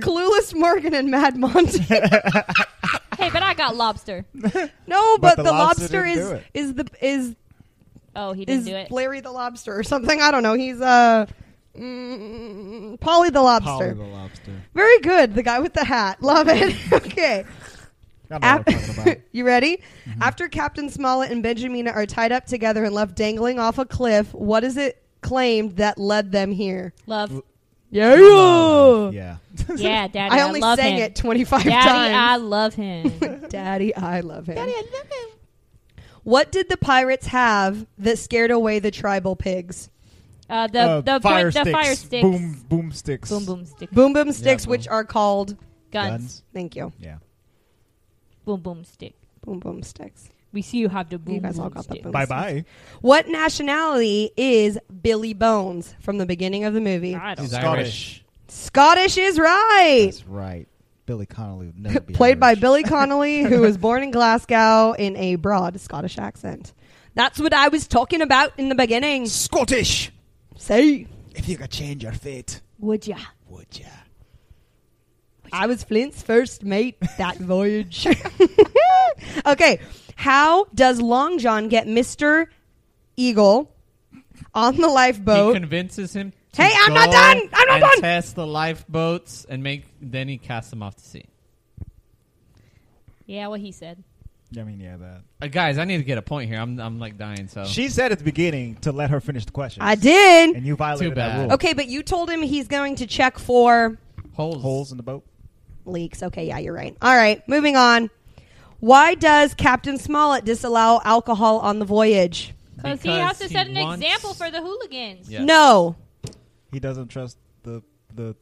Clueless Morgan and Mad Monty.
hey, but I got lobster.
No, but,
But the
the,
lobster
lobster,
didn't
is
do it.
is the is
Oh, he didn't
is
do it.
Larry the lobster or something. I don't know. He's uh mm, Polly the lobster.
Polly the lobster.
Very good. The guy with the hat. Love it. okay.
I know
Ap-
what I'm talking about. Mm-hmm.
you ready? After Captain Smollett and Benjamina are tied up together and left dangling off a cliff, what is it claimed that led them here?
Love,
Yeah.
Love, Yeah.
yeah, daddy.
I only
love
sang
him.
it 25
Daddy,
times.
I love him.
Daddy, I love him. Daddy, I love him. What did the pirates have that scared away the tribal pigs?
Uh, the
Uh,
the
fire
the
sticks.
fire sticks,
Boom, boom sticks.
boom, boom stick,
Boom boom sticks,
boom.
which are called.
guns,
Thank you.
Yeah.
boom, boom stick.
Boom boom sticks.
We see you have the boom,
You guys
boom
all got the
stick.
boom.
Bye bye.
What nationality is Billy Bones from the beginning of the movie?
I don't
He's
know.
Irish.
Scottish is right.
That's right. Billy Connolly would never be
Played by
Irish.
Billy Connolly, who was born in Glasgow in a broad Scottish accent. That's what I was talking about in the beginning.
Scottish.
Say,
If you could change your fate,
Would ya?
would ya?
I was Flint's first mate that voyage. okay, how does Long John get Mr. Eagle on the
He
lifeboat?
convinces him. To
Hey, I'm not
go
done! I'm not
and
done!
Test the lifeboats and make. Then he casts them off to sea.
Yeah, what he said.
I mean, yeah, that.
Uh, guys, I need to get a point here. I'm I'm like dying. So
She said at the beginning to let her finish the question.
I did.
And you violated
Too
that
bad.
rule.
Okay, but you told him he's going to check for
holes.
Holes in the boat.
leaks. Okay, yeah, you're right. All right, moving on. Why does Captain Smollett disallow alcohol on the voyage?
Because he has to
he
set an
wants-
example for the hooligans.
Yes.
No.
He doesn't trust the the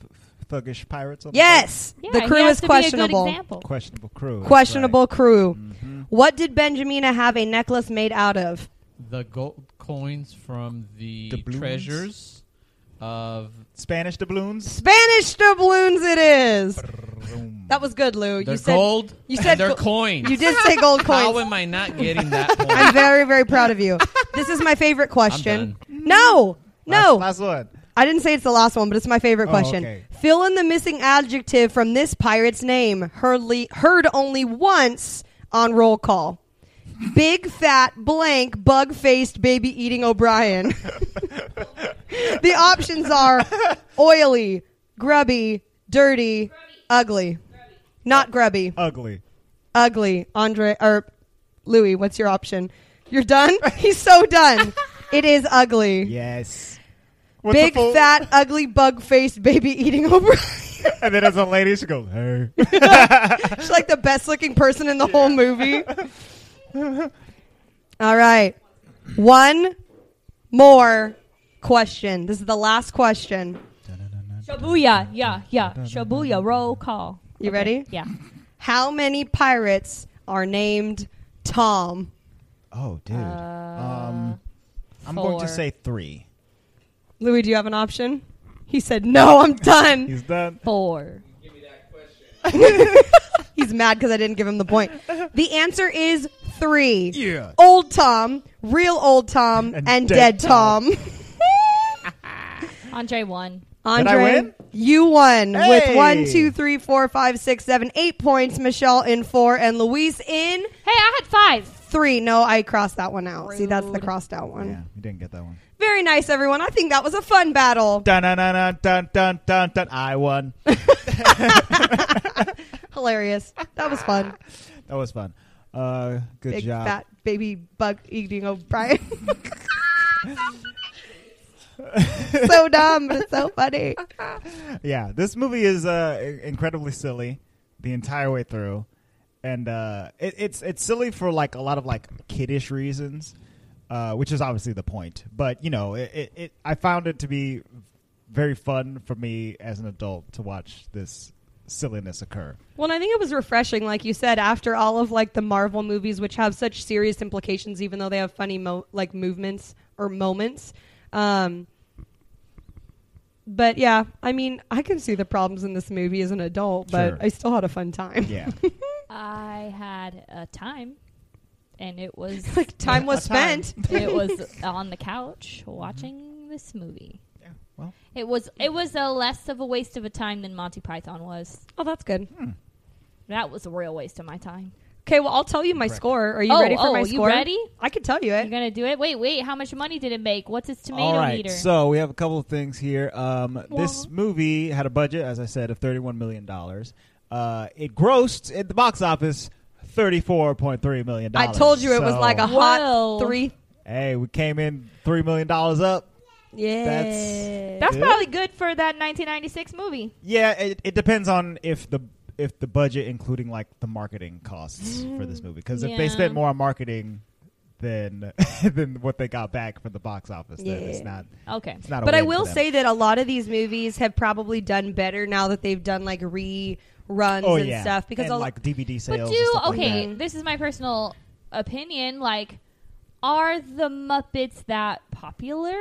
th- thuggish pirates. On
Yes.
Yeah,
the
he
crew
has
is
to be a good
questionable.
example.
The boat. Questionable crew. that's
Questionable crew.
Mm-hmm.
right. Mhm.
What did Benjamina have a necklace made out of?
The gold coins from the
Doubloons?
treasures of
Spanish doubloons.
Spanish doubloons it is. That was good, Lou.
the
you said
gold.
you said
and their
go-
coins.
you did say gold
How
coins.
am I not getting that point?
I'm very, very proud of you. This is my favorite question. No. No.
Last, last one.
I didn't say it's the last one, but it's my favorite
Oh,
question.
okay.
Fill in the missing adjective from this pirate's name, heard, le- heard only once on roll call. Big fat blank bug faced baby eating O'Brien. the options are oily, grubby, dirty, ugly. Not grubby.
Ugly.
Ugly. Andre or Louis, what's your option? You're done? He's so done. It is ugly.
Yes. With the
Big
full-
fat ugly bug faced baby eating O'Brien.
And then as a lady, she goes, "Hey."
She's like the best looking person in the whole movie. All right. One more question. This is the last question.
Shabuya, yeah, yeah. Shabuya, roll call.
You ready?
Yeah.
How many pirates are named Tom?
Oh, dude. um, I'm going
four.
to say three.
Louis, do you have an option? He said, No, I'm done.
He's done.
Four.
He's mad because I didn't give him the point. The answer is three.
Yeah.
old Tom, real old Tom,
And
and, dead,
dead
Tom.
Andre one.
Did I win?
you won
Hey!
with one, two, three, four, five, six, seven, eight points. Michelle in four, and Luis in
Hey, I had five.
three. No, I crossed that one out. See, that's the
Rude.
crossed out one.
Yeah, you didn't get that one.
Very nice, everyone. I think that was a fun battle.
Dun dun dun dun dun dun dun. dun. I won.
Hilarious. That was fun.
That was fun. Uh, good
Big
job.
fat baby bug eating O'Brien. so dumb, but it's so funny.
yeah, this movie is uh, i- incredibly silly the entire way through, and uh, it, it's it's silly for like a lot of like kiddish reasons, uh, which is obviously the point. But you know, it, it, it I found it to be very fun for me as an adult to watch this silliness occur.
Well, and I think it was refreshing, like you said, after all of like the Marvel movies, which have such serious implications, even though they have funny mo- like movements or moments. Um, but yeah, I mean, I can see the problems in this movie as an adult, but
Sure.
I still had a fun time.
Yeah,
I had a time, and it was
like time was
A time. Mm-hmm.
spent.
it was on the couch watching this movie.
yeah. Well,
It was it was a less of a waste of a time than Monty Python was.
Oh, that's good.
That was a real waste of my time.
Okay, well, I'll tell you my score. Are you
Oh,
ready for
oh,
my
you
score?
ready?
I could tell you it.
You're gonna do it? Wait, wait. How much money did it make? What's its tomato
All right,
meter?
so we have a couple of things here. Um, this
Wah.
movie had a budget, as I said, of thirty-one million dollars. Uh, it grossed at the box office thirty-four point three million
I
dollars.
told you it was like a hot
Whoa.
three.
Hey, we came in three million dollars up.
Yeah,
That's-
That's
Good.
probably good for that 1996 movie.
Yeah, it, it depends on if the if the budget, including like the marketing costs for this movie, because if they
Yeah.
spent more on marketing than than what they got back from the box office, then it's
Yeah.
not
Okay.
it's not. A
But I
win for
will
them.
say that a lot of these movies have probably done better now that they've done like reruns
oh
and
yeah,
stuff because
And,
a-
like DVD sales.
But
and
do
stuff like
okay.
that.
this is my personal opinion. Like, are the Muppets that popular?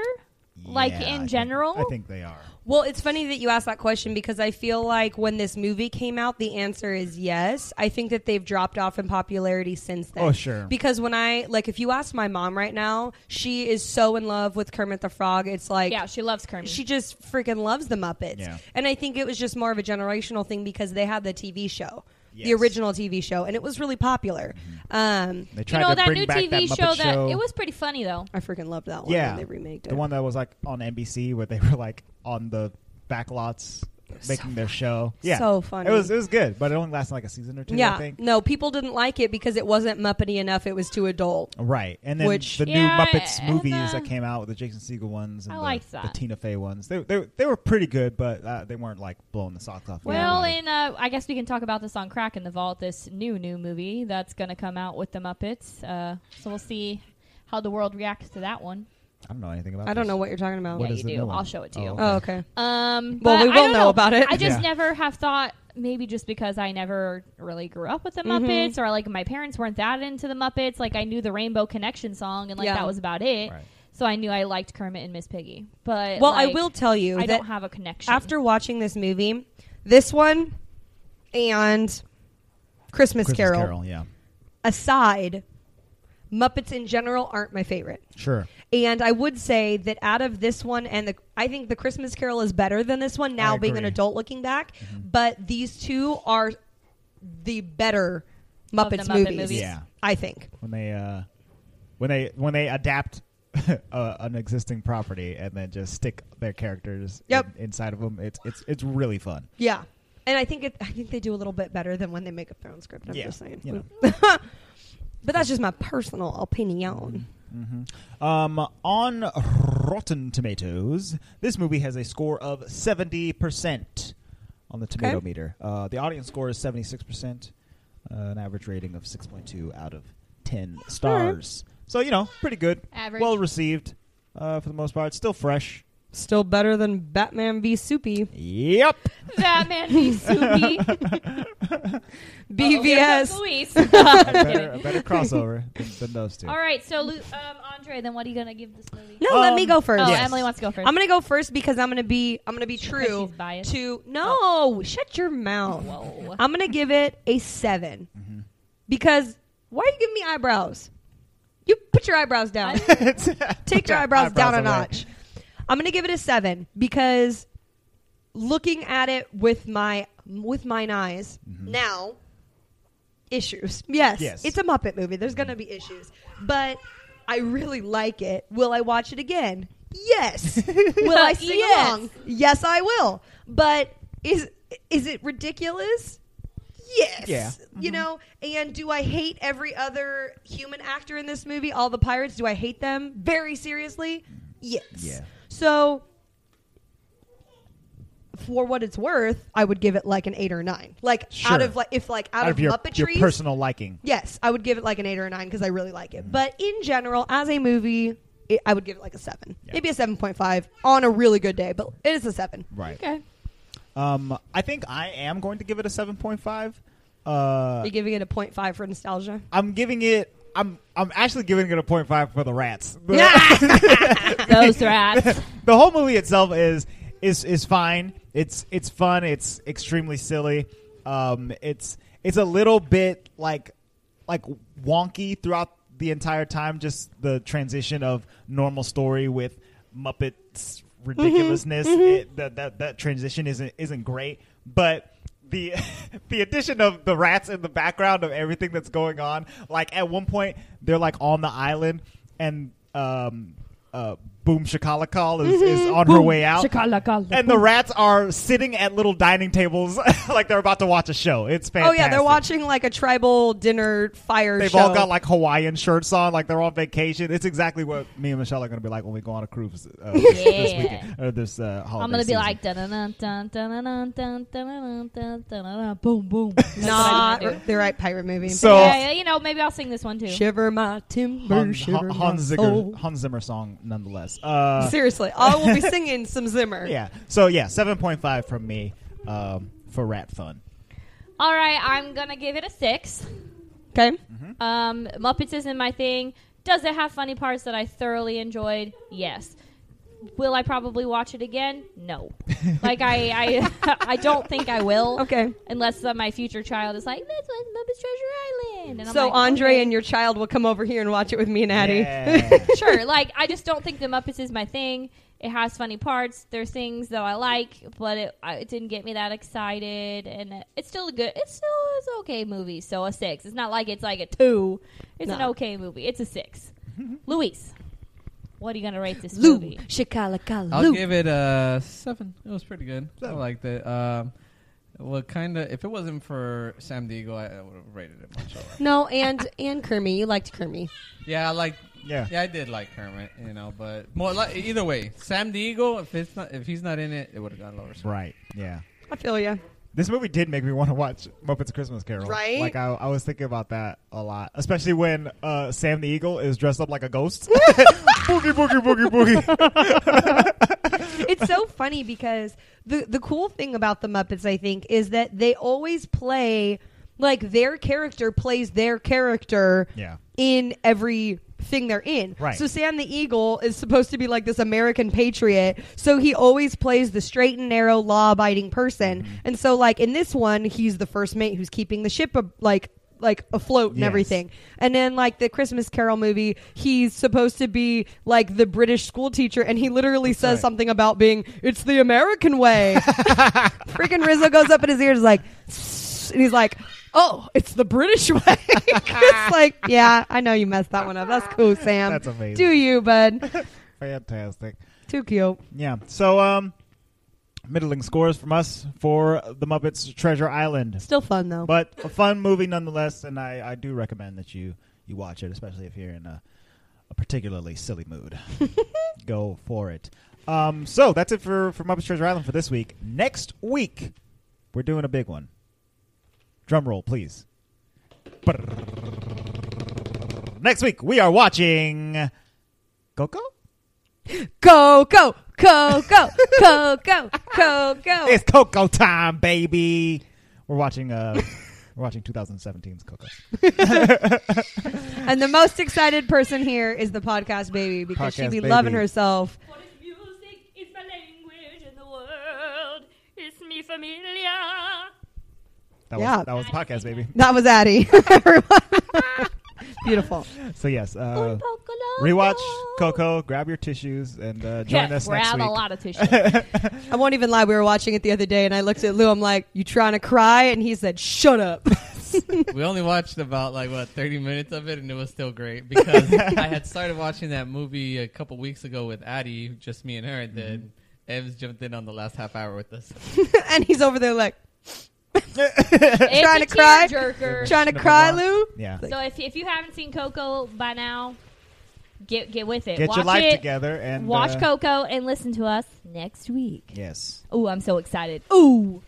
Like,
Yeah,
in
I think-
general?
I think they are.
well, it's funny that you asked that question because I feel like when this movie came out, the answer is yes. I think that they've dropped off in popularity since then.
Oh, sure.
Because when I like, if you ask my mom right now, she is so in love with Kermit the Frog. It's like
yeah, she loves Kermit.
she just freaking loves the Muppets.
Yeah.
And I think it was just more of a generational thing because they had the TV show, the
Yes. Mm-hmm.
original TV show, and it was really popular. Um,
They
you
tried
know
to
that
bring
new
back
TV
that Muppet
show
show
that it was pretty funny though.
I freaking loved that one.
Yeah,
when they remaked it.
the one that was like on NBC where they were like on the back lots
was
making
so
their show. Yeah,
So funny.
It was it was good, but it only lasted like a season or two. I
yeah,
think.
no, people didn't like it because it wasn't Muppety enough. It was too adult.
Right, and then
Which-
the new
Yeah,
Muppets
and,
movies
uh,
that came out with the Jason Segel ones and
I
the,
liked
the
that.
Tina Fey ones. They they, they were pretty good, but uh, they weren't like blowing the socks off.
Well,
anybody.
and uh, I guess we can talk about this on Crack in the Vault. This new new movie that's going to come out with the Muppets. Uh, so we'll see how the world reacts to that one.
I don't know anything about.
I don't
this.
know what you're talking about.
What
yeah,
is
you
the
do.
new one?
I'll show it to
Oh,
you.
okay.
Oh, okay.
Um,
Well,
but
we will
I don't
know about it.
I just
Yeah.
never have thought maybe just because I never really grew up with the
Mhm.
Muppets or like my parents weren't that into the Muppets. Like I knew the Rainbow Connection song and like
Yeah.
that was about it.
Right.
So I knew I liked Kermit and Miss Piggy. But
Well, I
like,
will tell you
I
that
don't have a connection.
after watching this movie, this one and Christmas,
Christmas
Carol,
Carol. Yeah,
aside, Muppets in general aren't my favorite.
sure.
And I would say that out of this one and the I think the Christmas Carol is better than this one now
I
being an
agree. Mm-hmm.
adult looking back, but these two are the better
Of the
Muppets
Muppet
movies.
movies.
Yeah.
I think.
when they uh, when they when they adapt uh, an existing property and then just stick their characters
Yep.
in- inside of them. It's it's it's really fun.
Yeah. And I think it, I think they do a little bit better than when they make up their own script. I'm
Yeah,
just saying.
you know.
but that's just my personal opinion.
Um, on Rotten Tomatoes, this movie has a score of seventy percent on the tomato
Okay.
meter. Uh, the audience score is seventy six percent, uh, an average rating of six point two out of ten stars. So you know, pretty good,
Average.
well received uh, for the most part. Still fresh.
Still better than Batman v Soupy.
Yep.
Batman v Oh, Soupy. Oh,
BVS.
a, better, a better crossover than, than those two.
All right, so Lu- um, Andre, then what are you gonna give this movie?
No, let
Um,
me go first.
Oh,
yes.
Emily wants to go 1st
I'm gonna go first because I'm gonna be I'm gonna be true
she's biased.
to no shut your mouth.
Whoa.
I'm gonna give it a 7 because why are you giving me eyebrows? You put your eyebrows down. Take your eyebrows, down a
Eyebrows away.
notch. I'm gonna give it a seven because looking at it with my with mine eyes now issues. Yes,
Yes.
it's a Muppet movie. There's gonna be issues, but I really like it. Will I watch it again? Yes. will I sing
Yes.
along? Yes, I will. But is is it ridiculous? Yes.
Yeah.
You know, and do I hate every other human actor in this movie? All the pirates, do I hate them? Very seriously? Yes.
Yeah.
So, for what it's worth, I would give it like an eight or a nine. Like out
Sure.
of like if like out,
out of your, your
Muppetry,
personal liking.
yes, I would give it like an eight or a nine because I really like
Mm.
it. But in general, as a movie, it, I would give it like a seven,
Yeah.
maybe a seven point five on a really good day, but it is a seven.
Right.
Okay.
Um, I think I am going to give it a 7.5. Uh,
You're giving it a point five for nostalgia.
I'm giving it. I'm I'm actually giving it a 0.5 for the rats.
Those rats.
the whole movie itself is is is fine. It's it's fun. It's extremely silly. Um, it's it's a little bit like like wonky throughout the entire time. Just the transition of normal story with Muppets ridiculousness. It, that, that that transition isn't isn't great, but. The, the addition of the rats in the background of everything that's going on. Like at one point, they're like on the island, and um, uh, Boom Shakalakal is, is
Mm-hmm.
on her way out. And the rats are sitting at little dining tables like they're about to watch a show. It's
Oh
fantastic.
yeah, they're watching like a tribal dinner fire.
They've
show.
all got like Hawaiian shirts on, like they're on vacation. It's exactly what me and Michelle are going to be like when we go on a cruise uh, this, this
Yeah.
weekend or this uh, holiday.
I'm gonna be
season.
like dun dun dun dun dun dun dun dun dun dun dun boom boom. That's what I'm
not
gonna do.
the right pirate movie.
So-
yeah, yeah, you know, maybe I'll sing this one too.
shiver my timber,
Hans,
shiver
Han- Hans
my
Zimmer,
soul.
Hans Zimmer song, nonetheless. Uh,
Seriously, I will be singing some Zimmer.
yeah. So yeah, seven point five from me um, for rat fun.
All right, I'm gonna give it a six.
Okay.
Mm-hmm.
Um, Muppets isn't my thing. Does it have funny parts that I thoroughly enjoyed? Yes. Will I probably watch it again? No. Like I, I, I don't think I will.
Okay.
Unless uh, my future child is like, this one's Muppets Treasure Island. And I'm
So
like, oh,
Andre
okay.
and your child will come over here and watch it with me and Addie.
Yeah.
sure. Like I just don't think the Muppets is my thing. It has funny parts. There's things that I like, but it, I, it didn't get me that excited. And it- it's still a good. It's still it's an okay movie. So a six. It's not like it's like a two. It's an
No.
okay movie. It's a six. Luis, what are you gonna rate this
Lou,
movie?
Shikala
I'll give it a seven. It was pretty good. I liked it. Um, well, kind of. If it wasn't for Sam Deagle, I, I would have rated it much lower.
No, and and Kermit. You liked Kermit.
yeah, I like.
Yeah.
yeah, I did like Kermit. You know, but more like either way, Sam Deagle. If it's not, if he's not in it, it would have gone lower. So
Right. Yeah.
I feel you.
This movie did make me want to watch Muppets Christmas Carol.
Right?
Like I, I was thinking about that a lot, especially when uh, Sam the Eagle is dressed up like a ghost. boogie boogie boogie boogie.
it's so funny because the the cool thing about the Muppets, I think, is that they always play like their character plays their character
Yeah.
in every thing they're in.
Right.
So Sam the Eagle is supposed to be like this American patriot, so he always plays the straight and narrow, law-abiding person.
Mm-hmm.
And so, like in this one, he's the first mate who's keeping the ship ab- like like afloat and
Yes.
everything. And then like the Christmas Carol movie, he's supposed to be like the British school teacher and he literally says
right.
something about being it's the American way. Freaking Rizzo goes up in his ears like "Tss," and he's like, "Oh, it's the British way." it's like, "Yeah, I know you messed that one up. That's cool, Sam.
That's amazing.
Do you, bud?
Fantastic.
Too cute."
Yeah. So um, middling scores from us for the Muppets Treasure Island,
Still fun though.
but a fun movie nonetheless, and I, I do recommend that you you watch it, especially if you're in a, a particularly silly mood. Go for it. Um, so that's it for for Muppets Treasure Island for this week. Next week, we're doing a big one. Drum roll, please. Next week, we are watching Coco.
go, go, go, go, go, go, go, go.
It's Coco time, baby. We're watching. Uh, we're watching 2017's Coco.
And the most excited person here is the podcast baby because she'd
Podcast
be
baby.
loving herself.
What is music? It's my language in the world. It's me familiar.
That
Yeah.
was that was the podcast, baby.
That was Addie. Beautiful.
So yes, uh,
Pocoloco.
rewatch Coco. Grab your tissues and uh, join
Yeah,
us next
grab
week.
a lot of tissue.
I won't even lie. We were watching it the other day, and I looked at Lou. I'm like, "You trying to cry?" And he said, "Shut up."
we only watched about like what thirty minutes of it, and it was still great because I had started watching that movie a couple weeks ago with Addie, just me and her, and then
Mm-hmm.
Evs jumped in on the last half hour with us.
and he's over there like
It's
Trying
a
to cry?
tearjerker.
trying to
Blah, blah,
cry,
blah.
Lou.
Yeah.
So if if you haven't seen Coco by now, Get get with it.
Get
watch
your life
it,
together and
watch
uh,
Coco and listen to us next week.
Yes.
Ooh, I'm so excited. Ooh.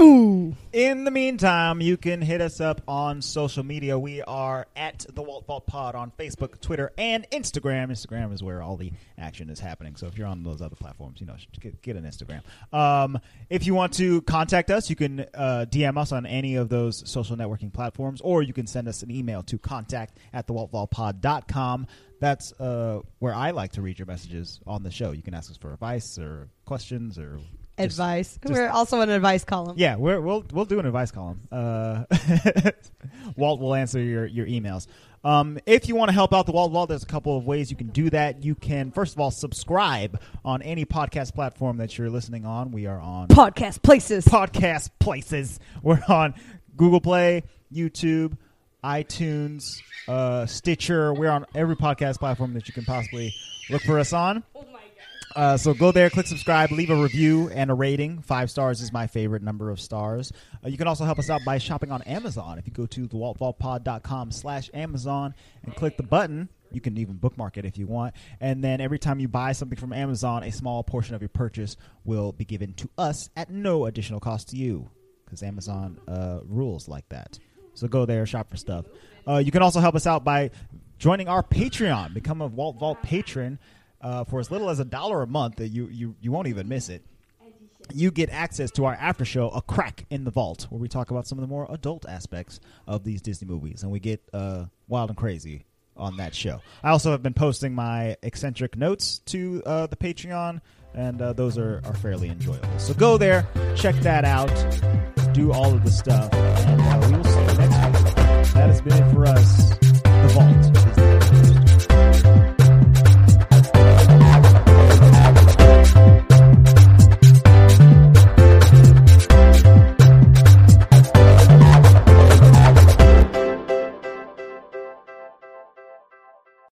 Ooh.
In the meantime, you can hit us up on social media. We are at the Walt Vault Pod on Facebook, Twitter, and Instagram. Instagram is where all the action is happening. So if you're on those other platforms, you know, get, get an Instagram. Um, if you want to contact us, you can uh, DM us on any of those social networking platforms, or you can send us an email to contact at thewaltvaultpod.com. That's uh, where I like to read your messages on the show. You can ask us for advice or questions or just-
advice.
just-
We're also an advice column.
yeah, we're, we'll we'll do an advice column. Uh, Walt will answer your your emails. Um, if you want to help out the Walt Walt, there's a couple of ways you can do that. You can first of all subscribe on any podcast platform that you're listening on. We are on
Podcast places.
podcast places. We're on Google Play, YouTube, iTunes, uh, Stitcher. We're on every podcast platform that you can possibly look for us on.
Oh my god.
Uh, so go there, click subscribe, leave a review and a rating. Five stars is my favorite number of stars. Uh, you can also help us out by shopping on Amazon. If you go to thewaltvaultpod.com slash Amazon and click the button, you can even bookmark it if you want. And then every time you buy something from Amazon, a small portion of your purchase will be given to us at no additional cost to you because Amazon uh, rules like that. So go there, shop for stuff. Uh, you can also help us out by joining our Patreon. Become a Walt Vault patron uh, for as little as a dollar a month. That you, you you won't even miss it. You get access to our after show, A Crack in the Vault, where we talk about some of the more adult aspects of these Disney movies, and we get uh, wild and crazy on that show. I also have been posting my eccentric notes to uh, the Patreon, and uh, those are, are fairly enjoyable. So go there, check that out do all of the stuff. And uh, we will see you next week. That has been it for us.